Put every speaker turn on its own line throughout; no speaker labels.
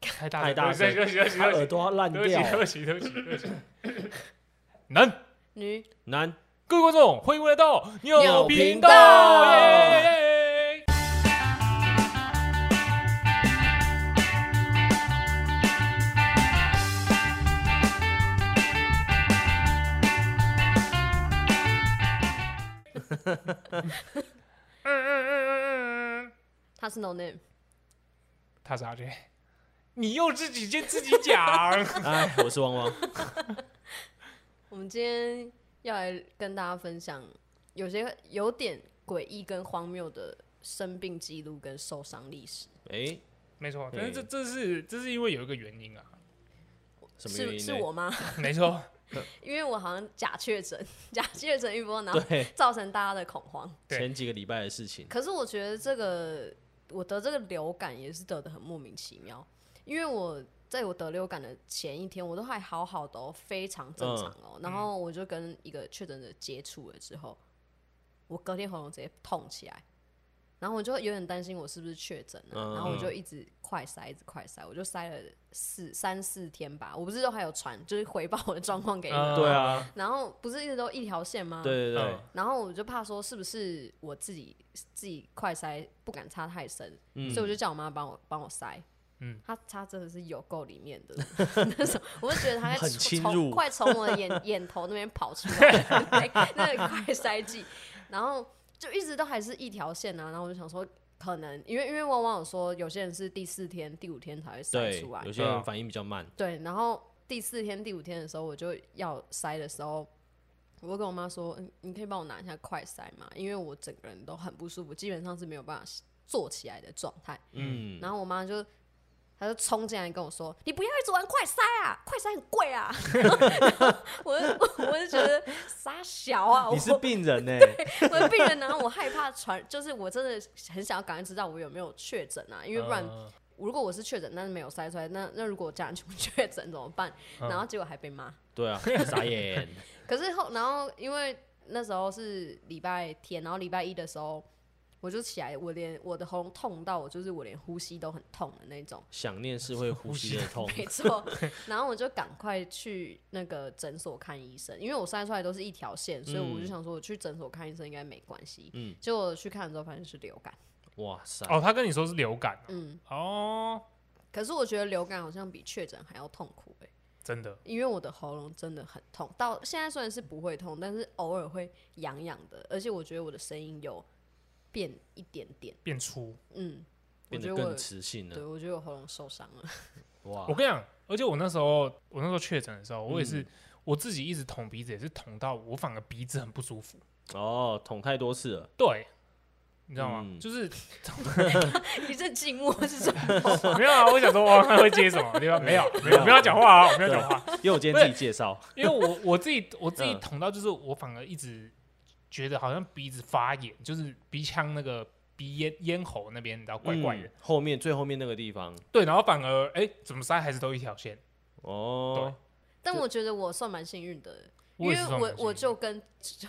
太大
太大
声，
声，
对不起对不起对
他耳
不起
朵烂
对不起
掉
对
了。
不起对不起对不起对不起。男，
女
男，
各位观众，欢迎回到
扭
频
频道
耶嗯嗯嗯嗯嗯，
她是 no name，
他是阿杰，你又自己先自己讲。
哎，我是汪汪。
我们今天要来跟大家分享有些有点诡异跟荒谬的生病记录跟受伤历史，
哎，
没错，但是这
对
这是这是因为有一个原因啊，
什么原
是
因
是
呢？
我吗？
没 错，
因为我好像假确诊， 假确诊一波，然后
对，
造成大家的恐慌。
对
前几个礼拜的事情。
可是我觉得这个我得这个流感也是得的很莫名其妙，因为我在我得流感的前一天，我都还好好的哦，非常正常
嗯
哦。然后我就跟一个确诊者接触了之后，我隔天喉咙直接痛起来，然后我就有点担心我是不是确诊了、
嗯
然后我就一直快塞，一直快塞，我就塞了四三四天吧。我不是都还有传，就是回报我的状况给你们
嗯
吗。
对啊，
然后不是一直都一条线吗？
对对对
嗯，
然后我就怕说是不是我自己自己快塞不敢插太深，
嗯
所以我就叫我妈帮我帮我塞。
嗯，
她插真的是有够里面 的，那时候我就觉得她在
很
从
侵
从
入
快从我的眼眼头那边跑出来， 那个快塞剂，然后就一直都还是一条线啊。然后我就想说，可能因为因为汪汪有说有些人是第四天、第五天才会塞
对
出来，，
有些
啊
人反应比较慢。
对，然后第四天、第五天的时候，我就要塞的时候，我就跟我妈说：“嗯，你可以帮我拿一下快塞嘛，因为我整个人都很不舒服，基本上是没有办法坐起来的状态。”
嗯，
然后我妈就。她就冲进来跟我说：“你不要一直玩快塞啊，快塞很贵啊！”我就 我就觉得傻小啊，我
你是病人呢？ 欸
我的病人，然后我害怕传，就是我真的很想要赶快知道我有没有确诊啊，因为不然
嗯
如果我是确诊，但是没有筛出来，那那如果我家人全部确诊怎么办？
嗯
然后结果还被骂。
对啊，傻眼。
可是后，然后因为那时候是礼拜天，然后礼拜一的时候我就起来，我连我的喉咙痛到我就是我连呼吸都很痛的那种，
想念是会呼吸的痛。
没错。 然后我就赶快去那个诊所看医生，因为我筛出来都是一条线，所以我就想说我去诊所看医生应该没关系。
嗯，
结果去看的时候发现是流感，
哇塞，
哦，他跟你说是流感
嗯，
哦，
可是我觉得流感好像比确诊还要痛苦哎、
真的，
因为我的喉咙真的很痛，到现在虽然是不会痛，但是偶尔会痒痒的，而且我觉得我的声音有变一点点，
变粗。
嗯，我
变
觉
得
得我
更，磁性
对
了。
我觉得我喉咙受伤 了，
哇
我，跟你讲，而且我那时候，我那时候确诊的时候，我也是、
嗯
我自己一直捅鼻子，也是捅到我反而鼻子很不舒服。
哦，捅太多次 了。
对，你知道吗？
嗯
就是
一阵静默是 什么？
没有啊，我想说哇，他会接什么？对吧？没有，没有，不要讲话啊，我不要讲话，
因为我今天自己介绍，
因为我我自己我自己
嗯
捅到，就是我反而一直觉得好像鼻子发炎，就是鼻腔那个鼻咽咽喉那边，你知道怪怪的。
嗯后面最后面那个地方，
对，然后反而哎、怎么塞还是都一条线。
哦，
但我觉得我算蛮幸运的，因
我也
为
是这种
我
感觉
我就跟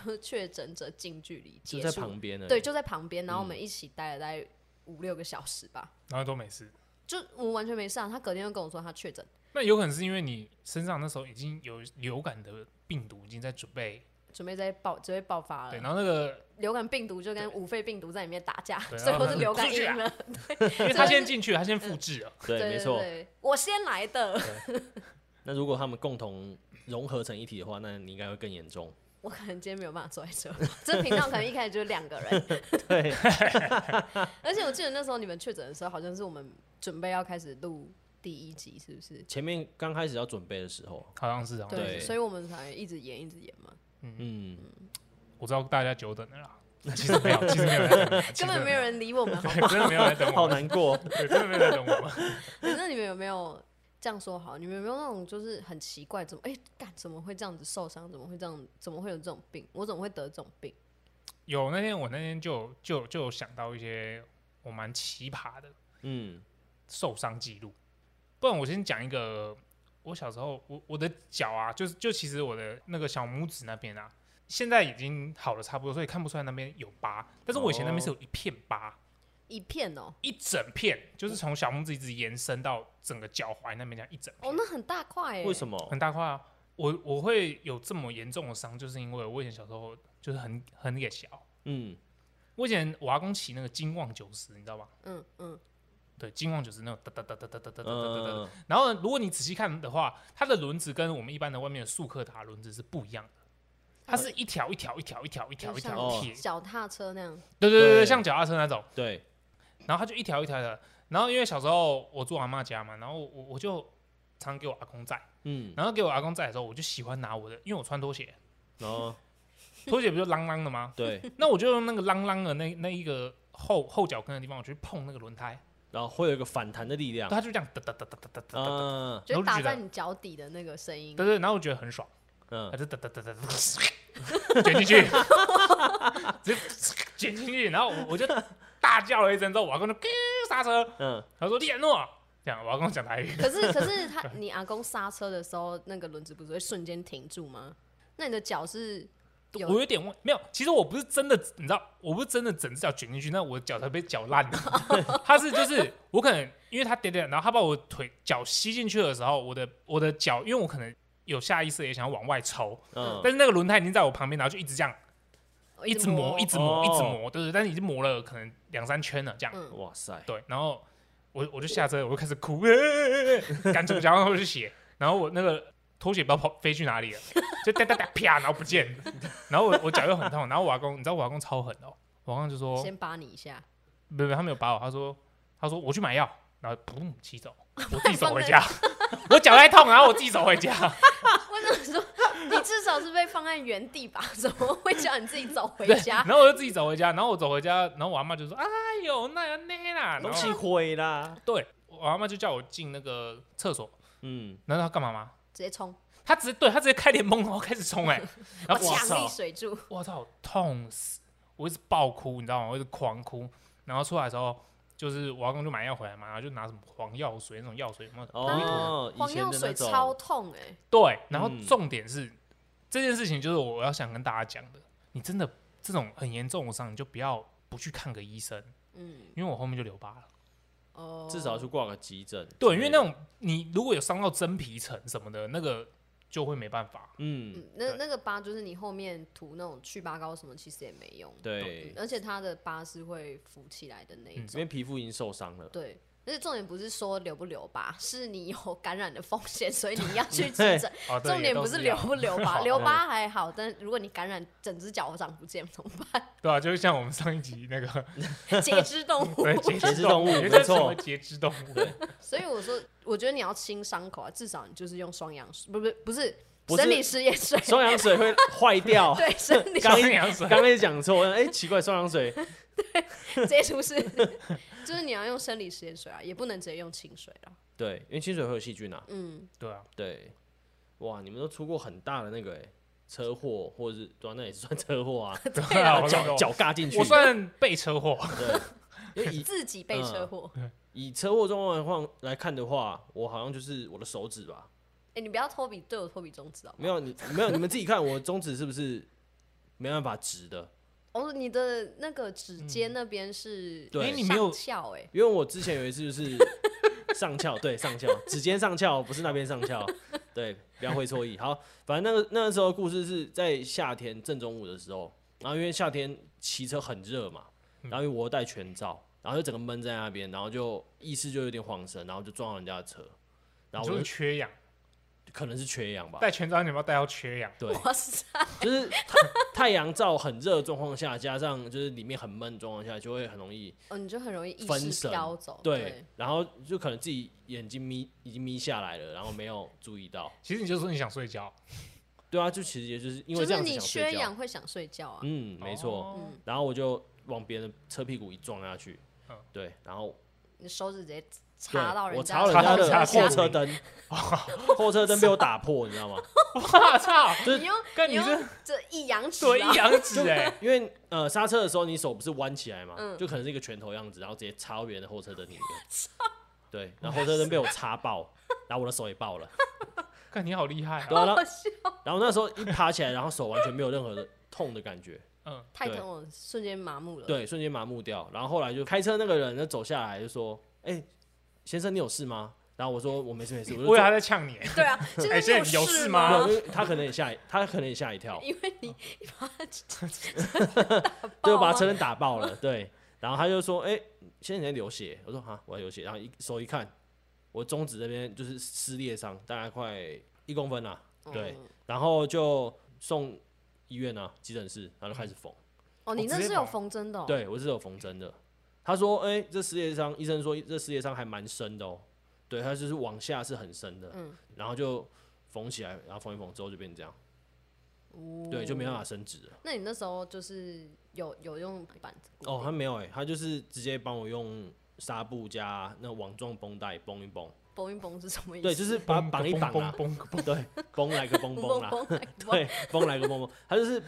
就确诊者近距离
就
接
在
触，
旁边嗯呢。
对，，就在旁边，然后我们一起待了大概五六个小时吧，
然后都没事。
就我完全没事啊，他隔天就跟我说他确诊，
那有可能是因为你身上那时候已经有流感的病毒已经在准备，
准备在爆准备爆发
对，
了，
然后那个
流感病毒就跟五肺病毒在里面打架，
对
最后是流感
出去啊
赢了。
因为他先进去，他先复制了，
对，没错。
对对我先来的，
那如果他们共同融合成一体的话，那你应该会更严重。
我可能今天没有办法坐在这， 这频道可能一开始就是两个人，
对，
而且我记得那时候你们确诊的时候，好像是我们准备要开始录第一集，是不是？
前面刚开始要准备的时候，
好像是这样。
对
所以我们才一直演一直演嘛，
嗯，
我知道大家久等了啦，其实没有，其实没有人在等我，
根本没有人理我们，好
其实真的没有人 在等我
好
们，
难过。
对，真的没有人在等我们。
那你们有没有这样说好？你们有没有那种就是很奇怪，怎么哎干、怎么会这样子受伤？怎么会这样？怎么会有这种病？我怎么会得这种病？
有那天我那天就就就有想到一些我蛮奇葩的
嗯，
受伤记录，不然我先讲一个，我小时候我我的脚啊，就是就其实我的那个小拇指那边啊，现在已经好了差不多，所以看不出来那边有疤，但是我以前那边是有一片疤。
一片哦，
一整片，就是从小拇指一直延伸到整个脚踝那边，这样一整片
哦，，那很大块哎，
为
么？
什么？
很大块啊。我我会有这么严重的伤，就是因为我以前小时候就是很很野小，
嗯，
我以前我阿公骑那个金旺九十，你知道吧？
嗯嗯，
对，金旺九十那种哒哒哒哒哒哒哒哒哒哒哒。
嗯
然后呢，如果你仔细看的话，它的轮子跟我们一般的外面的速克达轮子是不一样的，它是一条一条一条一条一条
就
一
像
条铁，
脚踏车那样，
对对对对，
对
像脚踏车那种。
对，
然后它就一条一条的。然后因为小时候我住我阿妈家嘛，然后我我就常给我阿公载，
嗯，
然后给我阿公载的时候，我就喜欢拿我的，因为我穿拖鞋，
哦嗯然后
拖鞋不就啷啷的吗？
对，
那我就用那个啷啷的那那一个后后脚跟的地方，我去碰那个轮胎，
然后会有一个反弹的 力量，
它就这样哒哒哒哒哒哒哒哒，
嗯
就是
然后
打
就觉得
在你脚底的那个声音
对，对，然后我觉得很爽，
嗯
它，就啊哒哒哒哒哒，卷进去，直接卷进去，然后我我就大叫了一声之后，我阿公就咯刹车，
嗯，
他说李安诺，这样我阿公讲台语，
可 是可是他你阿公刹车的时候，那个轮子不是会瞬间停住吗？那你的脚是有
我有点忘，没有，其实我不是真的，你知道，我不是真的整只脚卷进去，那我脚才被绞烂的。他是就是我可能因为他点点，然后他把我腿脚吸进去的时候，我的我的脚，因为我可能有下意识也想要往外抽，
嗯，
但是那个轮胎已经在我旁边，然后就一直这样一直磨，一直磨，
哦
一直磨，对对，但是已经磨了可能两三圈了这样，
嗯
哇塞，
对，然后我我就下车，我就开始哭，欸欸欸欸赶紧脚上去血，然后我那个拖鞋不知道跑飞去哪里了，就哒哒哒啪，然后不见了，然后我我脚又很痛，然后我阿公，你知道我阿公超狠的哦，我阿公就说，
先扒你一下，
没有没有，他没有把我，他说他说我去买药，然后砰骑走，我自己走回家，我脚太痛，然后我自己走回家，
我想说，你至少是被放在原地吧？怎么会叫你自己走回
对，
家
然？后我就自己走回家，然后我走回家，然后我阿妈就说，哎呦那样那啦，然
东
后
西毁啦，
对我阿妈就叫我进那个厕所，
嗯，
然后他干嘛吗？
直接冲，
他直接对他直接开联盟，然后开始冲 哎、然
我
后我
强力
操，
水柱，
我操，痛死！我一直爆哭，你知道吗？我一直狂哭。然后出来的时候，就是我阿公就买药回来嘛，然后就拿什么黄药水那种药水，有没有？
哦，以
黄
前
药
的
水
那种，
超痛哎、
对。然后
嗯
重点是、这件事情，就是我要想跟大家讲的，你真的这种很严重的伤，你就不要不去看个医生，
嗯，
因为我后面就留疤了。
哦，
至少去挂个急诊之类的，
对，因为那种你如果有伤到真皮层什么的，那个就会没办法。
嗯，
嗯，那
对
那个疤就是你后面涂那种去疤膏什么，其实也没用。
对嗯
嗯，而且它的疤是会浮起来的那一
因
种。
为皮肤已经受伤了，
对，而且重点不是说留不留疤，是你有感染的风险，所以你要去急诊。
哦，对
重点
也都
不
是
是
一
留
样
不留疤，
好
留疤还好，但如果你感染整只脚掌不见怎么
对啊，就是像我们上一集那个
办？ 截肢动 物。
对，节
节
肢
肢
动
动
物，
物
也
没
就是
错
成为节肢动物。
所以我说，我觉得你要清伤口啊，至少你就是用双氧水，不不不是
不是
生理食盐水，
双氧水会坏掉，
对生理
刚
刚羊水，
刚刚也讲错，哎，奇怪，双 氧水，
接触是， 就是你要用生理食盐水啊，也不能直接用清水啊。
对，因为清水会有细菌啊，
嗯，
对啊，
对，哇，你们都出过很大的那个哎，车祸或者是，对啊，那也是算车祸啊，
对啊，我
脚
算
脚尬进去
我，算被车祸，
对，因为以
自己被车祸。哎、
以车祸状况来看的话，我好像就是我的手指吧，
哎你不要托比对我托比中指好哦吗？
没有你没有你们自己看，我中指是不是没办法直的？
哦，你的那个指
嗯
尖那边是
对
哎你没有
翘哎、
因为我之前有一次就是上翘，对上翘，指尖上翘，不是那边上翘，对，不要会错意。好，反正那个那个时候故事是在夏天正中午的时候，然后因为夏天骑车很热嘛，然后因为我又戴全罩，然后就整个闷在那边，然后就意识就有点晃神，然后就撞到人家的车，然后
就
我
是
就
缺氧，
可能是缺氧吧，
戴全罩你有没有戴到缺氧？
对，
哇塞，
就是太太阳照很热的状况下，加上就是里面很闷的状况下，就会很容易
哦，你就很容易意
分
识
神
飘走。
对，然后就可能自己眼睛眯已经眯下来了，然后没有注意到。
其实你就说你想睡觉，
对啊，就其实也就是因为
就
这
是
样子
你
想
缺
睡觉。
氧会想睡觉啊。
嗯，没错。
哦
嗯，
然后我就往别人的车屁股一撞下去
嗯，
对，然后
你手指直接
对
插到人
我
家
查到人家
插到人家
的后
的
车 灯，后车灯被我打破，你知道吗？
啊我操，
你用
跟
你
你是
用这一阳指
对
啊
一，阳 指哎，
因为呃刹车的时候你手不是弯起来嘛，
嗯
就可能是一个拳头样子，然后直接插到别人的后车灯 里面。
啊
对，然后后车灯被我插爆，然后我的手也爆 了。
看你好厉害啊，
对啊，然后
好笑
然后那时候一爬起来，然后手完全没有任何的痛的感觉，
嗯，
太
对
疼我瞬间麻木了。，
对，瞬间麻木掉。然后后来就开车那个人就走下来就说：“哎、先生你有事吗？”然后我说：“我没事没事。”我就
我以为
走
他在呛你，
对啊，现
哎现在
在
你
你
有事
事
吗
没有，因为他可能也吓一，他可能也吓一跳，
因为你你把他 打
对，我
爆
把
啊
车灯打爆了，对。然后他就说：“哎、现在你在流血。”我说：“哈，我在流血。”然后一手一看，我中指这边就是撕裂伤，大概快一公分啦、啊对
嗯
然后就送医院啊，急诊室，然后就开始缝。
哦，你
我
那
直接
是有
把
缝针的哦。
对我是有缝针的。他说：“哎、这撕裂伤，医生说这撕裂伤还蛮深的哦，对，他就是往下是很深的，
嗯
然后就缝起来，然后缝一缝之后就变这样，
哦，
对，就没办法伸直了。
那你那时候就是有有用板子固定
哦，他没有哎、他就是直接帮我用纱布加那网状绷带绷一绷，
绷一绷是什么意思？
对，就是把它绑一绑啊，
嘣嘣
对，绷来个绷绷啦，
绷来绷
对，绷来个绷绷，他就是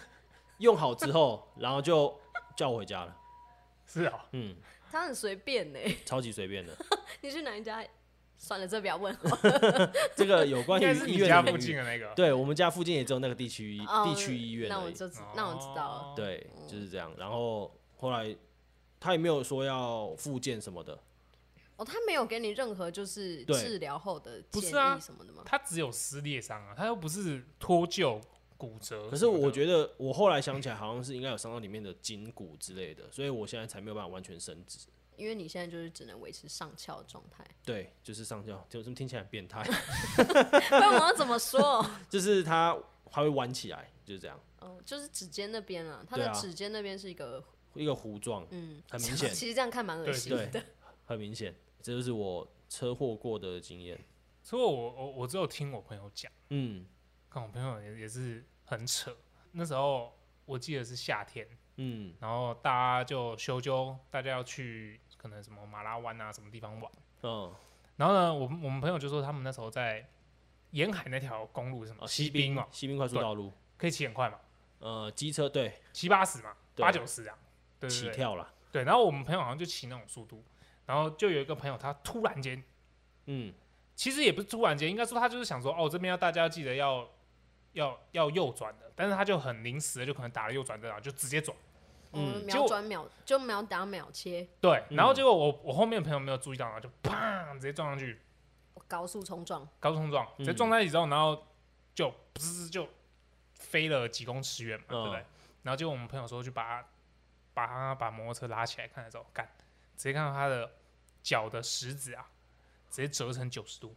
用好之后，然后就叫我回家了，
是 啊，
嗯，
他很随便欸呢。
超级随便的。
你去哪一家？算了，这不要问了。
这个有关
应
于
该是
医
你
院
家
的
附
领域
近的那 个，
对我们家附近也只有那个地区医、
哦
地区医院
那
而
我
已。
就知，那我知道了。
哦，
对，就是这样。然后后来他也没有说要复健什么的，
哦，他没有给你任何就是
对
治疗后的
不
建
是啊
议什么的吗？
他只有撕裂伤啊，他又不是脱臼、骨折什么的。
可是我觉得我后来想起来，好像是应该有伤到里面的筋骨之类的，所以我现在才没有办法完全伸直。
因为你现在就是只能维持上翘的状态，
对，就是上翘，就这么听起来很变 态，
不然我要怎么说？
就是它还会弯起来，就是这样，
哦，就是指尖那边啊，他
对
的
啊
指尖那边是一个，
一个弧状，
嗯，
很明显
其实这样看蛮恶
对
心
对
的。
很明显。这就是我车祸过的经验。
所以我我我只有听我朋友讲，
嗯
看我朋友也也是很扯。那时候我记得是夏天，
嗯
然后大家就休休，大家要去可能什么马拉湾啊什么地方玩。
嗯，
然后呢，我们我们朋友就说他们那时候在沿海那条公路什么
哦，
西
西
滨
滨
嘛，
西滨快速
对
道路，
可以骑很快嘛，
呃，机车对
七八十嘛，
对
八九十啊，对
起
对对。
跳啦。
对，然后我们朋友好像就骑那种速度，然后就有一个朋友他突然间，
嗯，
其实也不是突然间，应该说他就是想说，哦，这边要大家记得要要要右转的，但是他就很临时的就可能打了右转灯啊，就直接转。
嗯，
嗯
就
秒转秒就秒打秒切，
对，然后
嗯
结果我我后面的朋友没有注意到，然后就砰直接撞上去，
高速冲撞，
高冲撞，直接
嗯
撞在一起之后，然后就不是就飞了几公尺远嘛，对不对
嗯？
然后结果我们朋友说去把他把他把摩托车拉起来看的时候，干，直接看到他的脚的食指啊，直接折成九十度，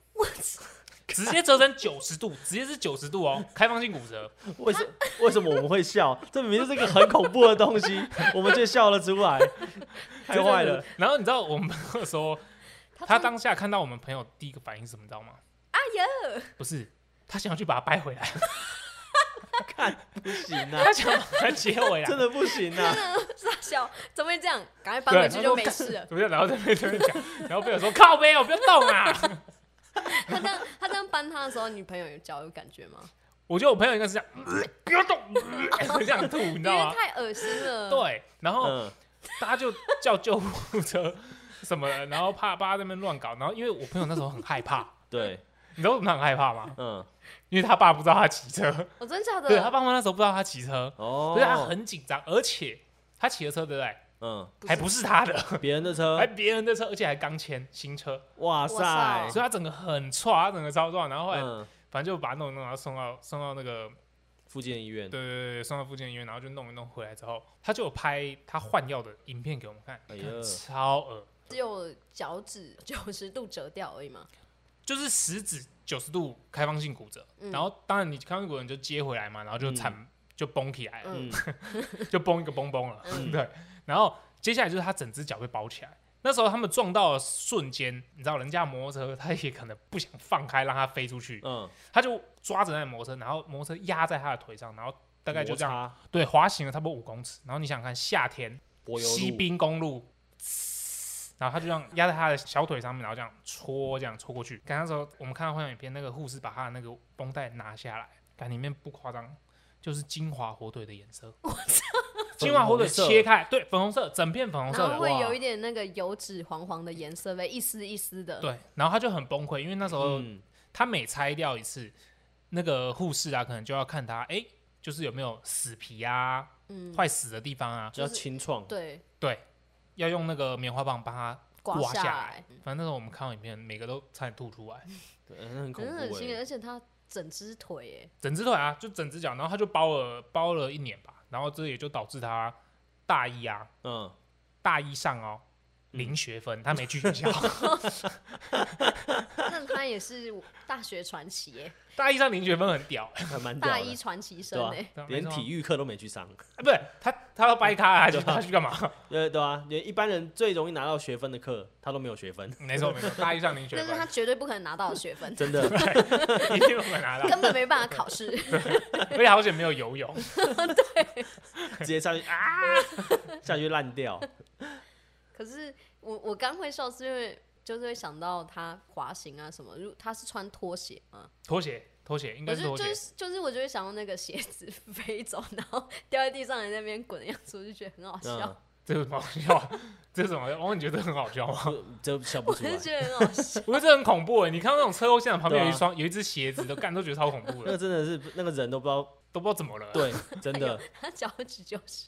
直接折成九十度，直接是九十度哦，开放性骨折，
为什为什么我们会笑？ 这明明就是一个很恐怖的东西， 我们却笑了出来， 太坏了。
然后你知道我们朋友说，他
他
当下看到我们朋友第一个反应是什么，你知道吗？哎呀，不是，他想要去把他掰回来，
不行啊，
他想要把他接回来，
真的不行啊！
傻笑，怎么会这样？赶快搬回去就没事了。
不是，然后在那边在那边讲，然后朋友说靠背，我不要动啊。
他这样他这样搬他的时候，你朋友有脚有感觉吗？
我觉得我朋友应该是这样， 呃不要动，呃这样吐，你知
因
道
为
吗？
太恶心了。，
对，然后
嗯，
大家就叫救护车什么的，然后怕爸在那边乱搞，然后因为我朋友那时候很害怕，
对，
你知道为什么他很害怕吗？
嗯，
因为他爸不知道他骑车，
我哦真假的。
对他爸妈那时候不知道他骑车，
哦
所以他啊很紧张，而且他骑的车对不对？
嗯，
不是
还不是他的，
别人的车
还，哎别人的车，而且还刚签新车，
哇塞
哇
所，以他整个很差，他整个超壮，然后后来
嗯，
反正就把他弄一弄，然后送到送到那个
附近医院，
对对对对，送到附近医院，然后就弄一弄回来之后，他就有拍他换药的影片给我们看，
哎呀
看超恶，
只有脚趾 九十度折掉而已嘛。
就是食指九十度开放性骨折，
嗯
然后当然你开放性骨折你就接回来嘛，然后就惨、就崩起来了，
嗯
嗯，
就崩一个崩崩了，
嗯
对，然后接下来就是他整只脚被包起来。那时候他们撞到的瞬间，你知道人家摩托车他也可能不想放开让它飞出去，
嗯，
他就抓着那摩托车，然后摩托车压在他的腿上，然后大概就这样，
样，
对，滑行了差不多五公尺。然后你想想看，夏天
柏油
西
路，
滨公路，然后他就这样压在他的小腿上面，然后这样戳，这样戳过去。刚那时候我们看到幻想影片，那个护士把他的那个绷带拿下来，看里面不夸张，就是金华火腿的颜 色。金华火腿
粉红色
切开，对，粉红色，整片粉红色
然后
的。
会
哇
有一点那个油脂黄黄的颜色呗，一丝一丝的。
对，然后他就很崩溃，因为那时候
嗯，
他每拆掉一次，那个护士啊，可能就要看他，哎、就是有没有死皮啊，
嗯，
坏死的地方啊，
叫清创，
对，
对，要用那个棉花棒帮它
刮
下
来，
反正那时候我们看到影片，每个都差点吐出来，
对，那很恐
真的很
怖
新
欸
而且它整只腿哎，
整只腿啊，就整只脚，然后他就包了包了一年吧，然后这也就导致他大一啊，
嗯，
大一上哦零学分，他没去学校，
那它也是大学传奇哎，
大一上零学分很屌，
还蛮屌
大一
的，
传奇生
对吧
哎，？
连体
育
育课都没去上，
啊不是他他要掰咖啊，他去他去干 嘛？
对对啊，连一般人最容易拿到学分的课，他都没有学分，，
没错没错，大一上啊零学
但是他
分，
绝对不可能拿到学 分
真的。
一定不会拿 到，
根本没办法考试。
而且好险没有游泳，
直接下去啊，下去烂掉。
可是我我刚会笑是因为就是会想到他滑行啊什么，如他是穿拖鞋嘛，
拖鞋拖鞋应
我
该是
就
拖
就
鞋，
是就是我就会想到那个鞋子 飞走，然后掉在地上，人在那边滚的样子，我就觉得很好
嗯
笑，，
这有什么好笑 啊？这有什么好笑？王，你觉得很好笑吗？
不这笑不
我
出来
就，觉得很好笑。
我觉得这很恐怖哎！你看到那种车祸现场旁边有一
对啊
双、有一只鞋子，都干都觉得超恐怖
那个
的，
真的是那个人都不知 道，
都不知道怎么了。
对，真的
他脚趾就是，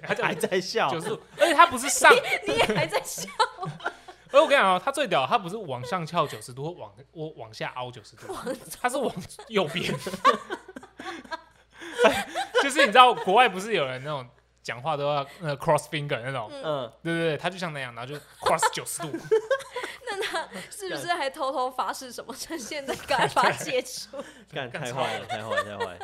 他
还
讲
在笑
九，十度，而且他不是上，
你也还在笑，
而我跟你讲哦，他最屌，他不是往上翘九十度，或往我往下凹九十度，他是往右边。 就是你知道国外不是有人那种讲话都要那个 cross finger 那种，
嗯，
对对对，他就像那样，然后就 cross 九十度，
是不是还偷偷发誓什么趁现在赶快把它解除？
干太坏了，太坏了，太坏了，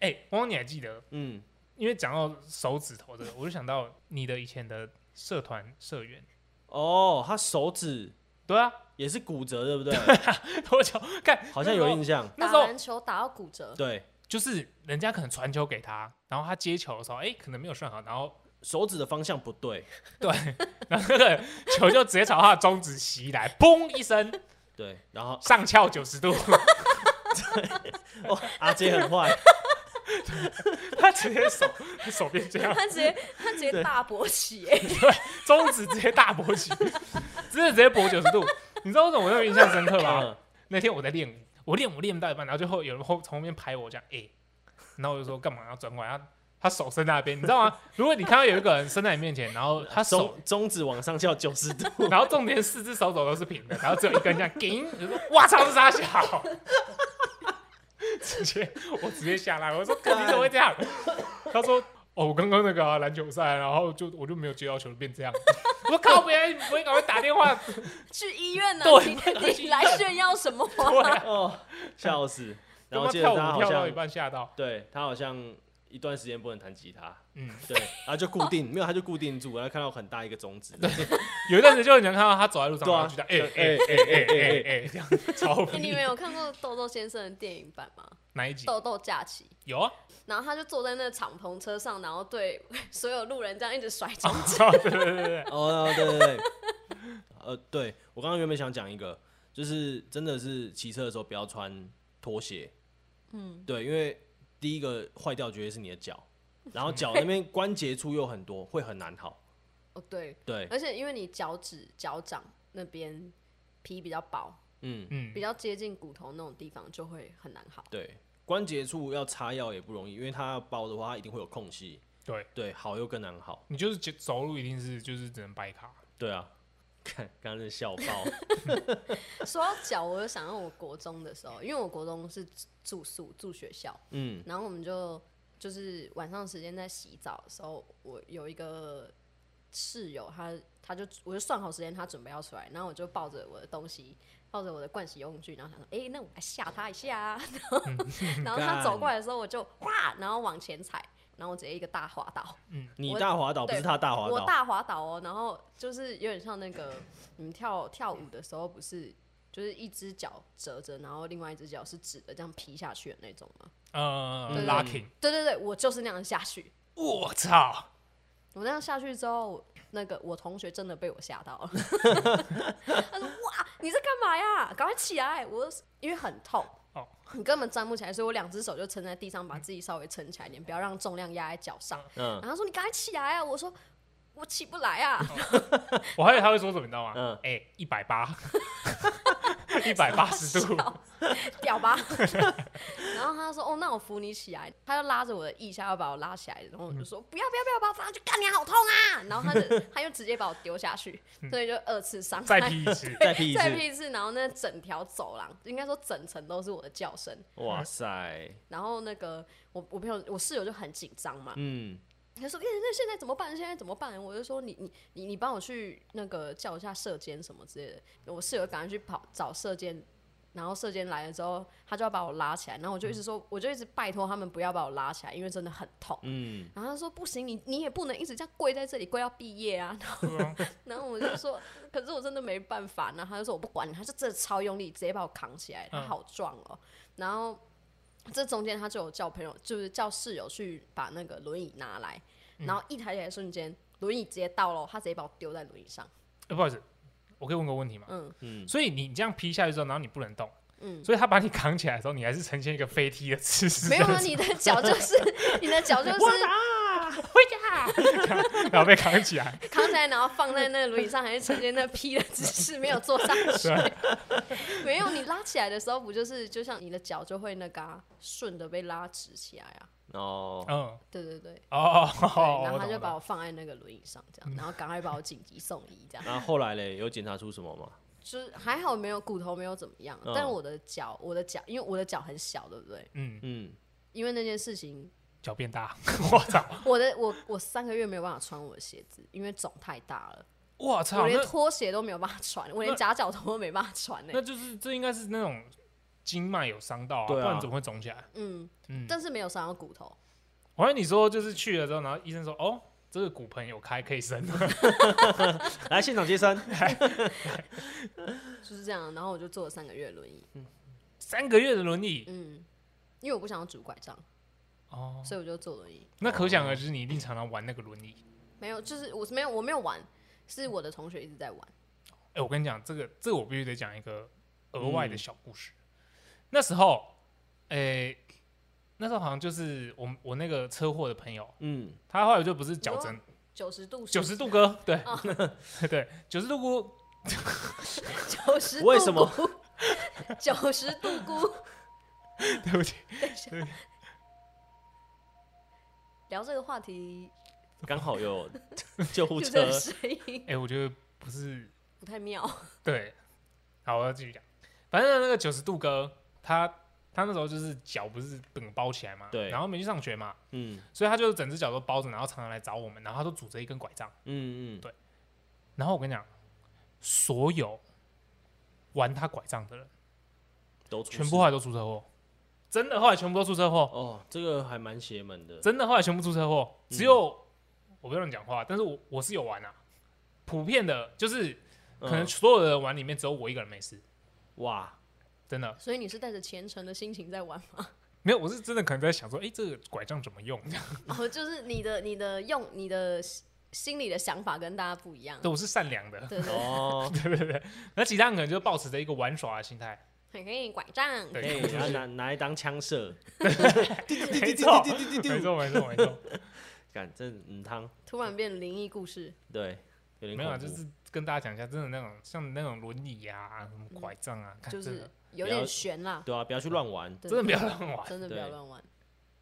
哎、汪汪，你还记得？
嗯，
因为讲到手指头这个，我就想到你的以前的社团社员。
哦，他手指
对啊，
也是骨折，对不对？
多久？看，
好像有印象，
那
打
时候
篮球打到骨折，
对，
就是人家可能传球给他，然后他接球的时候，哎、可能没有算好，然后
手指的方向不对，
然后那个球就直接朝他的中指袭来，砰一声，
对，然后
上翘九十度，
哇，阿杰很坏，
他直接手手变这样，
他直接他直接大勃起、欸，
中指直接大勃起， 真的直接勃九十度。你知道为什么我那么印象深刻吗？
嗯，
那天我在练舞，我练舞练到一半，然后最后有人后从后面拍我，这样哎、然后我就说干嘛要转过来？他他手伸在那边，你知道吗？ 如果你看到有一个人伸在你面前，然后他手
中中指往上翘九十度，
然后重点是四只手肘都是平的，然后只有一根这样，顶，我说哇操，是傻小， 直接我直接下来，我说你怎么会这样？他说哦，我刚刚那个啊、篮球赛，然后就我就没有接到球，变这样。 我说靠，别人不会赶快打电话？
去医院呢、
对
你你来炫耀什么、
对啊，
哦，笑死。然后
他妈
我记得
跳
他
舞
好
跳到
像
一半吓到，
对他好像一段时间不能弹吉他，
嗯，
对，然后就固定，没有他就固定住，然后看到很大一个 种子，对
有一阵子就很能看到他走在路上，
对
然
啊
后就这样，哎
对
哎哎哎哎哎哎，这样 超
欸 你
屁
们。有看过豆豆先生的电影版吗？
哪 一集？
豆豆假期，
有啊，
然后他就坐在那个敞篷车上，然后对所有路人这样一 直甩中指。
对对对对对，
哦，对对对，呃，对我刚刚原本想讲一个，就是真的是骑车的时候不要穿拖鞋，嗯，对，因为第一个坏掉绝对是你的 脚，然后脚那边关节处又很多，会很难好。
哦，对，
对，
而且因为你脚趾、脚掌那边皮比较薄，
嗯，
嗯
比，较接近骨头那种地方，就会很难好。
对，关节处要擦药也不容易，因为它要包的话，它一定会有空隙，
对
对，好又更难好。
你就是走路一定是就是只能掰卡，
对啊， 看刚刚那笑 爆，
说到脚，我就想到我国中的时候，因为我国中是住宿住学校，
嗯，
然后我们就就是晚上时间在洗澡的时候，我有一个室友，他他就我就算好时间，他准备要出来，然后我就抱着我的东西，抱着我的盥洗用具，然后想说，哎、那我来吓他一下、啊， 然后然后他走过来的时候，我就哇，然后往前踩。然后我直接一个大滑倒，
你
我
大滑倒不
对
是他大滑
我
倒，
大滑倒哦，然后就是有点像那个你们跳跳舞的时候，不是就是一只脚折着，然后另外一只脚是直的，这样劈下去的那种吗？
呃
对
，locking，
对对对，我就是那样下去，
我操！
我那样下去之后，那个我同学真的被我 吓到了。他说：“哇，你在干嘛呀？赶快起来！”我就因为很痛，
哦
你根本站不起来，所以我两只手就撑在地上，把自己稍微撑起来一点，不要让重量压在脚上。
嗯
然后他说：“你赶快起来啊！”我说：“我起不来啊
哦我还以为他会说什么，你知道吗？
嗯
哎、一百 八，一百八十度，！”
屌吧。然 然后他说：“哦，那我扶你起来。”他就拉着我的腋下要把我拉起来，然后
嗯
我就说：“不要不要不要，把我放上去，干你好痛啊！”然后他就他就直接把我丢下去，所以就二次伤害
嗯再。劈一次，
再劈一
再
次，
劈一次，然后那整条走廊，应该说整层都是我的叫声。
哇塞，
然后那个我我朋友我室友就很紧张嘛，
嗯，
他说：“哎、那现在怎么办？现在怎么办？”我就说：“哦你你你你帮我去那个叫一下射监什么之类的。”我室友赶快去跑找射监，然后射监来了之后，他就要把我拉起来，然后我就一直说，我就一直拜托他们不要把我拉起来，因为真的很痛。
嗯，
然后他说：“不行，你你也不能一直这样跪在这里，跪到毕业啊。”然后
对啊
然后我就说：“可是我真的没办法。”然后他就说：“我不管你。”他就真的超用力，直接把我扛起来，他
嗯
好壮哦。然后这中间他就有叫朋友，就是叫室友去把那个轮椅拿来，
嗯
然后一抬起来的瞬间，轮椅直接到了，他直接把我丢在轮椅上。
呃不好意思，我可以问个问题吗？
嗯
嗯，所以你这样劈下去之后，然后你不能动，
嗯
所以他把你扛起来的时候，你还是呈现一个飞踢的姿势，
没有啊，你的脚就是你的脚就是 啊回
然后被扛起来，
家扛起来，然后放在那个轮椅上，还是呈现那劈的姿势，没有坐上 去。没有，你拉起来的时候，不就是就像你的脚就会那个啊顺着被拉直起来啊？
哦，
嗯，
对对对。
哦，哦
对，然后
我
他
懂
就
了。
把我放在那个轮椅上，这 样，然后赶快把我紧急送医，这样，
那后来嘞，有检查出什么吗？
就是还好没有骨头没有怎么样，
嗯
但我的脚，我的脚，因为我的脚很小，对不对？
嗯，
嗯，
因为那件事情，
脚变大，我操，
我的我我三个月没有办法穿我的鞋子，因为肿太大了，
我
我
操，
连
啊那
拖鞋都没有办法穿，我连夹脚拖都没办法穿呢、
那就是这应该是那种经脉有伤到啊，不
对啊
然怎么会肿起来？
嗯，
嗯，
但是没有伤到骨头，
我跟你说，就是去了之后，然后医生说，哦，这个骨盆有开，可以生。
来现场接生，
就是这样。然后我就坐了三个月轮椅，
三个月的轮椅，
嗯，因为我不想要拄拐杖，
哦，
所以我就坐轮椅。
那可想而知，你一定常常玩那个轮椅。
没有，就是我是没有我没有玩，是我的同学一直在玩。
哎、我跟你讲，这个这个我必须得讲一个额外
嗯
的小故事。那时候，哎、那时候好像就是我们我那个车祸的朋友，
嗯，
他后来就不是矫正
九十度是
九十度哥，对、 对，九十度姑，
九十度
为什么
菇？九十度菇。
对不起，
聊这个话题，
刚好 有救护
就
车
这，个声音
哎、我觉得不是
不太妙。
对，好，我要继续讲。反正那个九十度哥，他他那时候就是脚不是梗包起来嘛，
对
然后没去上学嘛，
嗯
所以他就整只脚都包着，然后常常来找我们，然后他都拄着一根拐杖。
嗯嗯，
然后我跟你讲，所有玩他拐杖的人，
都出
全
事
部后来都出车祸，真的后来全部都出车祸，
哦，这个还蛮邪门的，嗯
真的后来全部出车祸，只有、我不让你讲话，但是我我是有玩啊，普遍的就是可能
嗯
所有的人玩里面只有我一个人没事，
哇，
真的
所以你是带着虔诚的心情在玩吗？
没有，我是真的可能在想说，哎、这个拐杖怎么用？
哦，就是你的、你的用、你的心里的想法跟大家不一样。
对，我是善良的，
对对，
哦，
对对对。那其他人可能就抱持着一个玩耍的心态，
很可以拐杖。
对
哎，然后拿拿来当枪 射，
没错，没错，没错，没 错。
干这嗯汤，
突然变灵异故事，
对，有点
没有啊，
恐
就
怖
是跟大家讲一下，真的那种像那种轮椅呀、什么拐杖啊，看
就
真
是
的
有
了
点悬啦。
对啊，不要去乱玩，
对
真的不要乱玩。
真的不要
对
乱玩。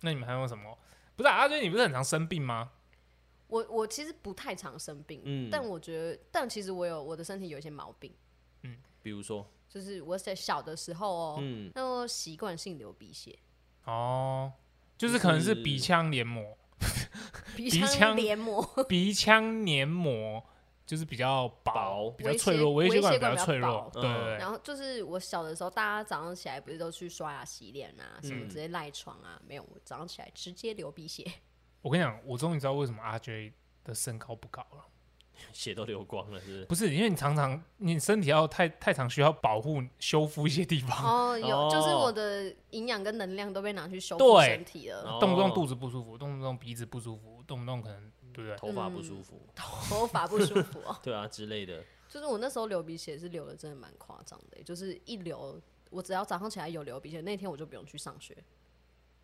那你们还有什么？不是啊阿娟，你不是很常生病吗？
我我其实不太常生病，
嗯
但我觉得，但其实我有我的身体有一些毛病，
比如说，
就是我在小的时候哦，
嗯，
那我习惯性流鼻血，
哦，就是可能是
就是
鼻腔黏膜，鼻
鼻腔
腔
黏膜
鼻腔黏膜就是比较薄，
薄嗯
比较脆弱，
微
微血
血
管
微血
比较
管
脆
比较
弱
薄，
对对对
然后就是我小的时候，大家早上起来不是都去刷牙、洗脸啊，什么
嗯
直接赖床啊？没有，我早上起来直接流鼻血，
我跟你讲，我终于知道为什么阿娟的身高不高了。
血都流光了，是不是？
不是因为你常常你身体要太太常需要保护修复一些地 方，
哦，有，就是
哦
我的营养跟能量都被拿去修复
对
身体了，
动不动
哦
肚子不舒服，动不动鼻子不舒服，动不动可能对不对？
头发不
嗯
舒服，
头发不舒服哦。
对啊之 类的，
就是我那时候流鼻血是流的真的蛮夸张的，欸就是一流，我只要早上起来有流鼻血，那天我就不用去上学。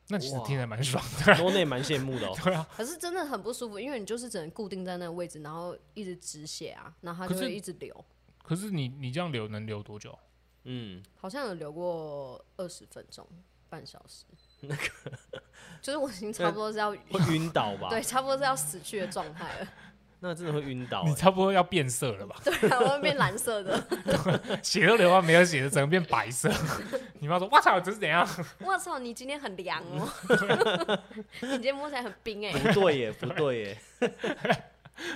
那其实
哇
听着蛮爽的。啊
罗内蛮羡慕的哦，
可是真的很不舒服，因为你就是只能固定在那个位置，然后一直止血啊，然后它就
可是
会一直流，
可是你你这样留能留多久？
嗯，
好像有流过二十分钟、半小时。就是我已经差不多是要
会晕倒吧？
对，，差不多是要死去的状态了。
那真的会晕倒、
你
欸。
差不多要变色了吧？
对啊，我会变蓝色的。
血都流完没有血的，整个变白色。 你妈说：“我操，这是怎样
我操，你今天很凉哦，
嗯
你今天摸起来很冰哎、
不对耶，不对 耶，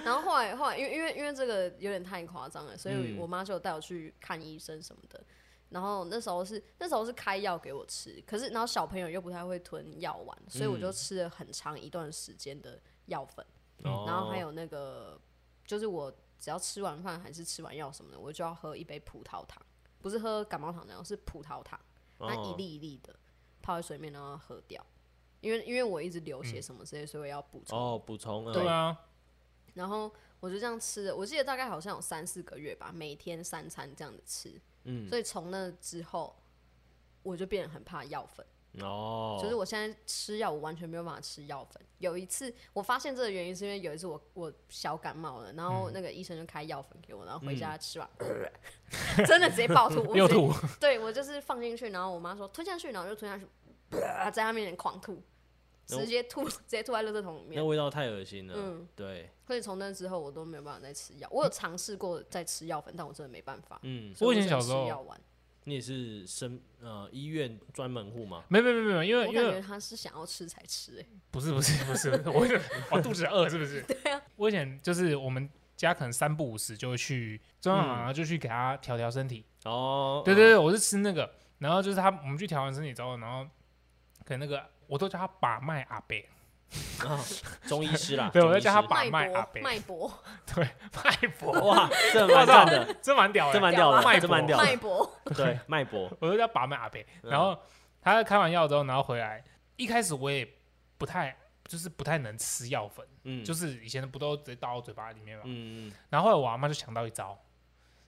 然后后来后来，因为因为因为这个有点太夸张了，所以
嗯
我妈就带我去看医生什么的。然后那时候是那时候是开药给我吃，可是然后小朋友又不太会吞药丸，所以
嗯
我就吃了很长一段时间的药粉，
哦
嗯然后还有那个就是我只要吃完饭还是吃完药什么的，我就要喝一杯葡萄糖，不是喝感冒糖那种，是葡萄糖，它一
哦
粒一粒的泡在水里面然后喝掉，因为因为我一直流血什么之类，所以我要补充
嗯哦，补充？”嗯
对啊，
然后我就这样吃了，我记得大概好像有三四个月吧，每天三餐这样子吃。
嗯
所以从那之后，我就变得很怕药粉，
哦，
就是我现在吃药，我完全没有办法吃药粉。有一次我发现这个原因是因为有一次我我小感冒了，然
嗯
后那个医生就开药粉给我，然后回家吃完， 真的直接爆 吐，我
又
直接
吐，
对我就是放进去，然后我妈说吞下去，然后就吞下去，在她面前狂吐，直接吐，直接吐在垃圾桶里面
那。味道太恶心了。
嗯
对，
所以从那之后，我都没有办法再吃药。我有尝试过再吃药粉，但我真的没办法。
嗯，
所
我以前
只能
小时候
吃药丸，
你也是生呃医院专门户吗？
没没没没，因为
我
因
感
为
觉他是想要吃才吃、欸，
不是不是不是，我我肚子饿是不 是？对啊，我以前就是我们家可能三不五时就会去中央行啊，就去给他调调身体。
哦，
对对对，我是吃那个，然后就是他我们去调完身体之后，然后可能那个我都叫他把脉阿伯，，
对，啊中医师啦
对
中
我在
医
叫他
师
把脉啊阿伯
搏，脉搏，
对脉搏，
哇，这蛮赞的，
这蛮屌
这
的，
蛮屌
脉搏
的，这蛮屌
脉
的，
搏，
对，脉搏，
我都叫把脉阿伯。
嗯
然后他开完药之后，然后回来，一开始我也不太就是不太能吃药粉，
嗯，
就是是以前不都直接倒到嘴巴里面嘛。
嗯，嗯
然后后来我阿妈就想到一招，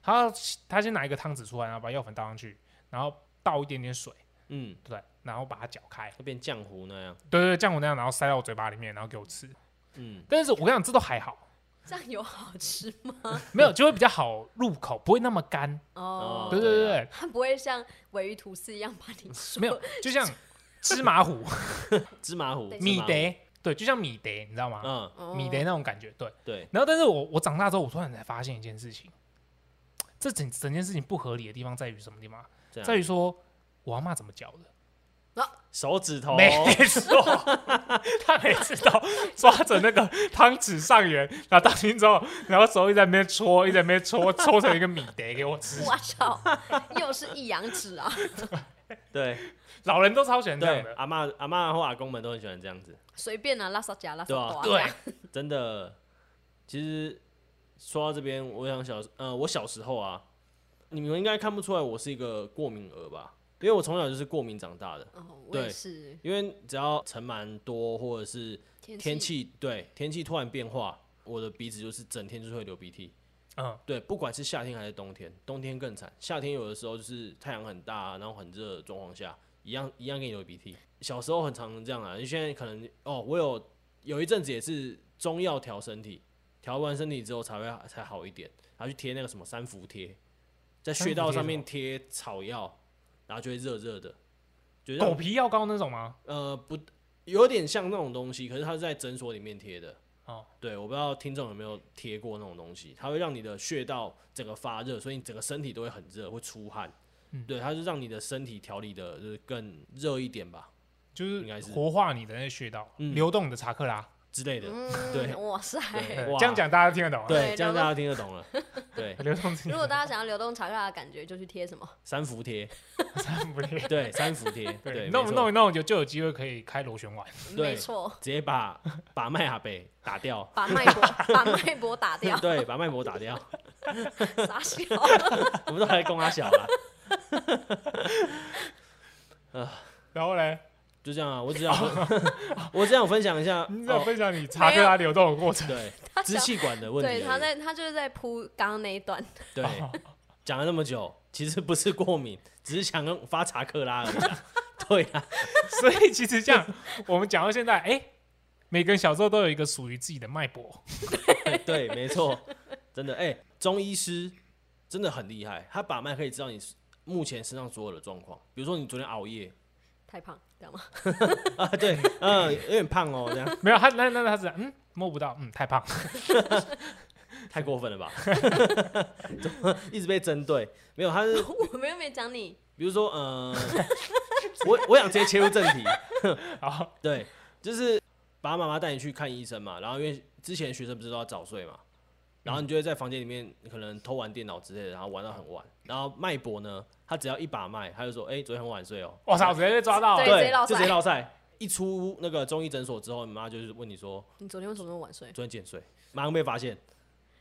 她她先拿一个汤匙出来，然后把药粉倒上去，然后倒一点点水，
嗯，
对，然后把它搅开，
会变浆糊那样，
对对对，像我那样，然后塞到我嘴巴里面，然后给我吃。
嗯，
但是我跟你讲，这都还好，
这样有好吃吗？
没有就会比较好入口，不会那么干。
哦，
对对对
对
对，
他不会像尾鱼吐司一样把你 说
没有，就像 芝麻糊、
芝麻糊，
对
芝
米
麻糊，
德，对，就像米德，你知道吗？
嗯，
哦
米德那种感觉，对。
对，
然后，但是我我长大之后，我突然才发现一件事情，这整整件事情不合理的地方在于什么地方？
这
在
样
于说我阿妈怎么搅的。
手指头，
没错，他每次都抓着那个汤匙上缘，然后倒进去之后，然后手一直在那边搓，一直在那边搓，搓成一个米德给我吃。
我操，又是一阳指啊！
对
老人都超喜欢 这
对
样，的，
阿妈阿妈或阿公们都很喜欢这样子，
随便啊，拉萨加拉萨
对啊
多，
对，
真的，其实说到这边，我想小呃，我小时候啊，你们应该看不出来我是一个过敏儿吧？因为我从小就是过敏长大的，
哦，我也
对
是
因为只要尘螨多或者是
天
天气对天气突然变化，我的鼻子就是整天就是会流鼻涕。
嗯，
对，不管是夏天还是冬天，冬天更惨。夏天有的时候就是太阳很大，然后很热的状况下，一样一样给你流鼻涕。小时候很常这样啊，因为现在可能哦，我有有一阵子也是中药调身体，调完身体之后才会才好一点，然后去贴那个什么三伏贴，在
三
穴
伏
道
贴
上
是
面
什
贴草药，然后就会热热的，就让
狗皮药膏那种吗？
呃，不，有点像那种东西，可是它是在诊所里面贴的。
哦，
对，我不知道听众有没有贴过那种东西，它会让你的穴道整个发热，所以你整个身体都会很热，会出汗。
嗯
对，它是让你的身体调理的就是更热一点吧
就
应该
是
是
活化你的那个穴道，
嗯
流动你的查克拉。
之类的。对
嗯，哇塞！
对
对
哎哇
这样讲大家听得懂啊？
对，这样
聊到
大家听得懂 了。对，
流动自己
如果大家想要流动查克拉的感觉，就去贴什么？
三伏贴，
三不累。
对，三伏贴，对，
对，
没
弄
错
弄一弄就就有机会可以开螺旋丸。
对
没错，，
直接把把麦阿贝打掉
把脉搏把脉搏 打掉，
对，把脉搏打掉。
傻笑。
我们都还供他小啊了，
然后嘞，
就这样啊。我只 想分，我只想分享一下，
你再
哦，
分享你查克拉流动的过程。
对，
他
支
想
气管的问题而已。
对，他在哦他就是在铺刚刚那一段，
对， 讲了那么久，其实不是过敏， 只是想用发查克 拉而已啊。对啊，
所以其实这样，我们讲到现在，哎、每个人小时候都有一个属于自己的脉搏。
对，没错，真的，哎、中医师真 的很厉害，他把脉可以知道你目前身上所有的状况，比如说你昨天熬夜，
太胖，这样吗？
啊，对， 嗯，有点胖哦，这样
没有他那那他是嗯摸不到，嗯太胖，
太过分了吧？ 怎么一直被针对？没有，他是
我们又没讲你，
比如说，呃，我我想直接切入正题，
好，
对，就是爸爸妈妈带你去看医生嘛，然后因为之前学生不是都要早睡嘛，然后你就会在房间里面可能偷玩电脑之类的，然后玩到很晚，然后脉搏呢，他只要一把脉，他就说，哎、昨天很晚睡哦，
我操，直接被抓到了
对，直接落
就
塞
直接落赛。一出那个中医诊所之后，你妈就是问你说
你昨天为什么那么晚睡？
昨天几点睡，马上被发 现，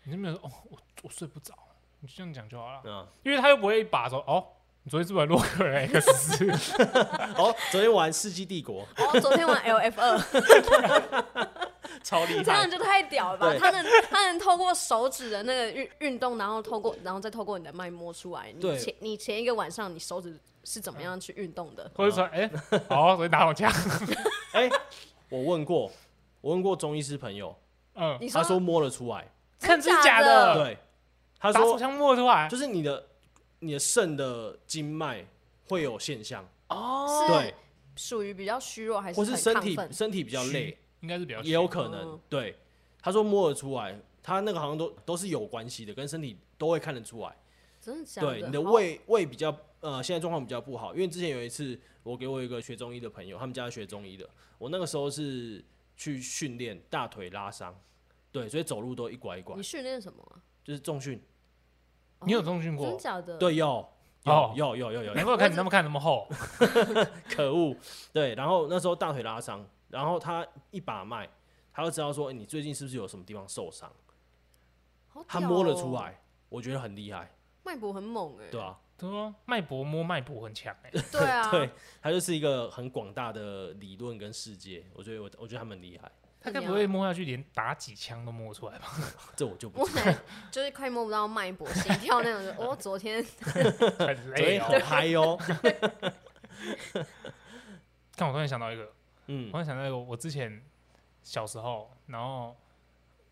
你就没有说哦，我我睡不着，你就这样讲就好了，
嗯，
因为他又不会一把说哦，你昨天是玩洛克人 X 四，
哦，昨天玩《世纪帝国
哦，昨天玩 LF 二，》，
超厉
这
害
样，就太屌了吧？
对
他能他能透过手指的那个运运动，然后透过然后再透过你的脉摸出来，
对
你前你前一个晚上你手指是怎么样去运动
嗯
的？
或者说哎，好，昨天打火枪，
哎、我问过，我问过中医师朋友，
嗯，
你
他说摸了出来，
看真
真
假
假
的
的
对，他
打手
说
枪摸出来
就是你的你的肾的经脉会有现象，
哦，
对
是，属于比较虚弱还是
或
很
是身
亢
体
奋？
身体比
比
较累，，
应该是比较虚
也有可能
嗯，
对，他说摸得出来，他那个好像都都是有关系的，跟身体都会看得出来，
真的假的？哦
对，你的
好
胃胃比较。呃，现在状况比较不好，因为之前有一次，我给我一个学中医的朋友，他们家是学中医的，我那个时候是去训练大腿拉伤，对，所以走路都一拐一拐
你，训练什么啊？哦
就是重训，
你有重训
真
过？
假的？
对，有，
哦
有，有，有，有，有，
难怪我看你那么看那么 厚，
可恶，对，然后那时候大腿拉伤，然后他一把脉，他就知道说、欸你最近是不是有什么地方受伤，
好屌哦
他摸了出，来，我觉得很厉害，
脉搏很猛哎。
对啊，
对啊，脉搏摸脉搏很强哎，
对啊，
对，他就是一个很广大的理论跟世界，我觉得我我觉得他们厉害，
他该不会摸下去连打几枪都摸不出来吧？
这我就不
摸
知道，
来就是快摸不到脉搏、心跳那种的。 我、昨天
很
所以
累
很
哦。
嗨 哦，
但我突然想到一个，我
嗯
突，然想到一个，我之前小时候，然后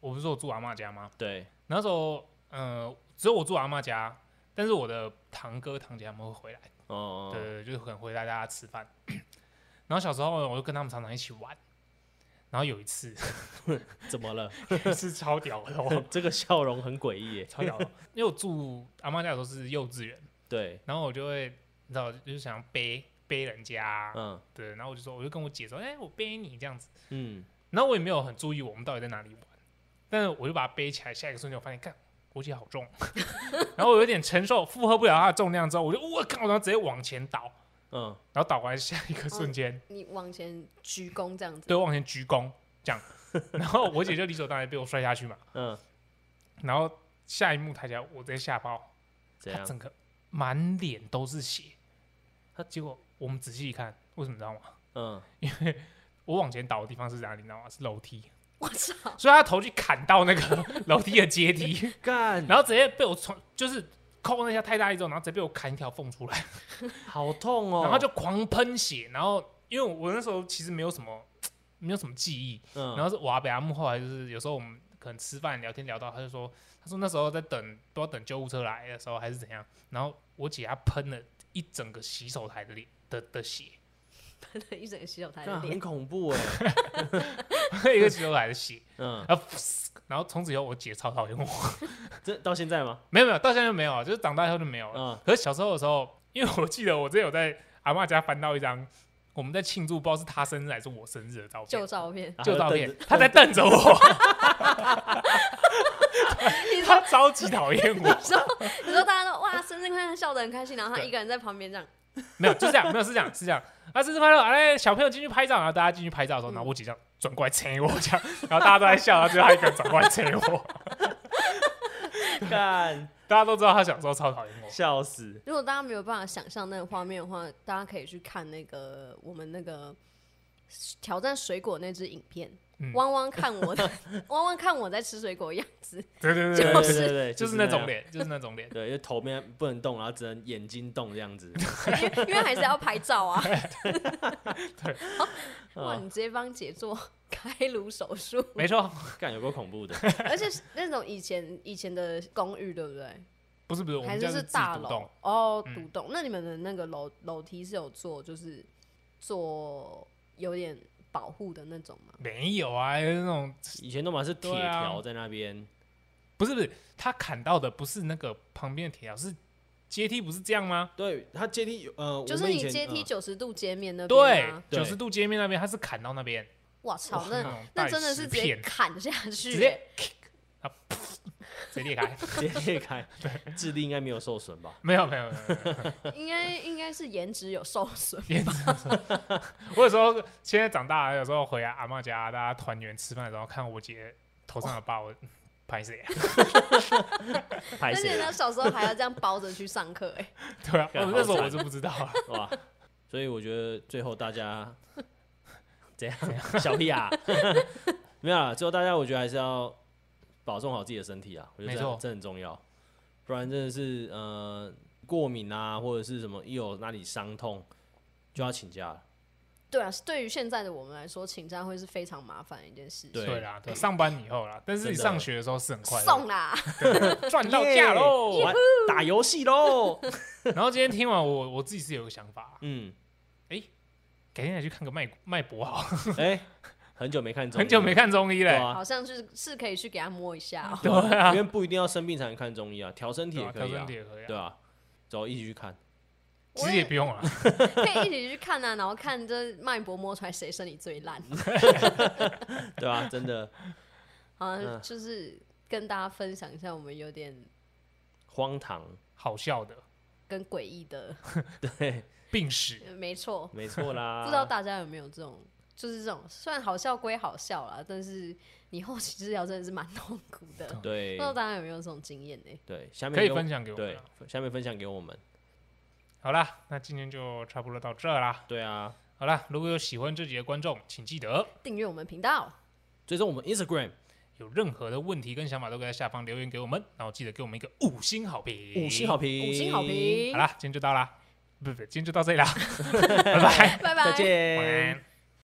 我不是说我住阿嬷家吗？
对，
那时候，呃，只有我住阿嬷家，但是我的堂哥堂姐他们会回来，
哦、
对对，对就是可能回来大家吃饭。 然后小时候我就跟他们常常一起玩，然后有一次
哦怎么了？
是超屌的哦，
这个笑容很诡异耶，
超屌的，哦因为我住阿嬷家的时候是幼稚园，
对，
然后我就会你知道，就是想背背人家啊，
嗯
对，然后我就说，我就跟我姐说，哎、我背你这样子，
嗯，
然后我也没有很注意我们到底在哪里玩，但是我就把它背起来，下一个瞬间我发现，干，我姐好重，然后我有点承受负荷不了她的重量之后，我就我靠，然后直接往前倒，
嗯，
然后倒完下一个瞬间，
你往前鞠躬这样子，
对，往前鞠躬这样， 然后我姐就理所当然被我摔下去嘛，
嗯，
然后下一幕抬起来，我直接吓爆，
怎
她
样？
整个满脸都是血，她结果我们仔细一看，为什么你知道吗？
嗯，
我往前倒的地方是哪里？你知道吗？是楼梯，
我操！
所以他头去砍到那个 楼梯的阶梯，
干，
然后直接被我从就是扣那一下太大力之后，然后直接被我砍一条缝出来，
好痛哦，
然后就狂喷血，然后因为我那时候其实没有什么没有什么记忆，
嗯，
然后是我阿北阿木后来就是有时候我们可能吃饭聊天聊到，他就说他说那时候在等不知道等救护车来的时候还是怎样，然后我姐她喷了一整个洗手台的脸的的血，
喷了一整个洗手台的
干很
脸，
恐怖哎，
一个洗手台的血，
嗯，
然后然后从此以后我姐超讨厌我。
这到现在吗？
没有没有，到现在就没有啊了，就是长大以后就没有了。
嗯，
可是小时候的时候，因为我记得我之前有在阿嬷家翻到一张我们在庆祝，不知道是她生日还是我生日的照片
旧，照 片。
旧照
然
片
后，
她在瞪着我， 她超级讨厌我，
你说大家都哇生日快乐，笑得很开心，然后他
对
一个人在旁边这样，
没有，就这样，没有是这样是这样。啊，生日快乐！哎，小朋友进去拍照，然后大家进去拍照的时候，
嗯
然后我姐这样转过来捶我，这样，然后大家都在笑，然后只有她一个人转过来捶我。嗯
瞪着 干，
大家都知道她小时候超讨厌我，
笑死，
如果大家没有办法想象那个画面的话，大家可以去看那个我们那个挑战水果那支影片。
嗯
汪汪看我的， 汪汪看我在吃水果的样子，
对对
对
对对，
对对对，
就是那种，脸，就是那种脸。
对，就头面不能动，然后只能眼睛动这样 子，
因为因为还是要拍照啊。
嗯
哇，
啊，
你直接帮姐做 开颅手术，
没错，
干有够 恐怖的，
而且是那种以前以前的公寓对不对？
不是不是，我
还
们家
是
自己
大
独栋
楼，哦，
嗯
独栋。那你们的那个楼楼梯是有做就是做有点保护的那种吗？
没有啊，有那种
以前都嘛是铁
对啊
条在那边，
不是不是，他砍到的不是那个旁边的铁条，是阶梯，不是这样吗？
对，它阶梯有呃，
就
我
是
们以
你
前
阶梯
嗯
九十度截面那边
对
吗？，
对
九十度街面那边，他是砍到那边，
我操
哇，那
那
种
那
带
真的
石
是直接
片
砍下去
直
欸，
接 啊，直接裂开，
直接裂 呃开，智力应该没有受损吧？
没有没有没有，没有
欸应该应该是颜值有受损。
我有时候现在长大了，有时候回阿妈家，大家团圆吃饭的时候，看我姐头上的疤，我拍谁啊？
拍
而且
谁
呢，小时候还要这样包着去上课，哎，
对啊，
干
我
好
那时候
惨
我是不知道啊。
哇？所以我觉得最后大家怎样？小屁啊， 没有啦。最后大家我觉得还是要保重好自己的身体啊，我觉得
没
这
错
这很重要，不然真的是呃过敏啊，或者是什么一有哪里伤痛就要请假了。
对啊，对于现在的我们来说，请假会是非常麻烦的一件事情。
对
对啦，对，上班以后啦，但是你
真的
上学的时候是很快
送
乐，
啦，
赚到假喽。
耶玩打游戏喽。
然后今天听完我，我自己是有个想法，
嗯，
改天来去看个脉脉搏好了，
哎、很久没看中医，
很久没看中医
对
嘞。
啊，
好像是是可以去给他摸一 下哦。
对啊
因，为不一定要生病才能看中医啊，调身体
对
也
啊
可
调
以
身
啊
体，也可以
对
啊。
啊，走一起去看。
其实也不用啊了，
可以一起去看啊，然后看这脉搏摸出来谁身体最烂。
对啊，真的
好
嗯
像就是跟大家分享一下我们有点
荒唐，
好笑的
跟诡异的，
对，
病史，
呃没错，
没错啦。
不知道大家有没有这种，就是这种虽然好笑归好笑啦，但是你后期治疗真的是蛮痛苦的。不
对
知道大家有没有这种经验呢、
对，下面
可以
跟我
分享给我们
对
啊。，
下面分享给我们。
好啦，那今天就差不多到这啦。
对啊，
好啦，如果有喜欢这集的观众，请记得
订阅我们频道，
追踪我们 Instagram
有任何的问题跟想法，都可以在下方留言给我们，然后记得给我们一个五星好评。
五星好评，
五星好，评
好，啦，今天就到啦，不不，今天就到这里啦，拜拜，
拜拜，
再见，
晚安。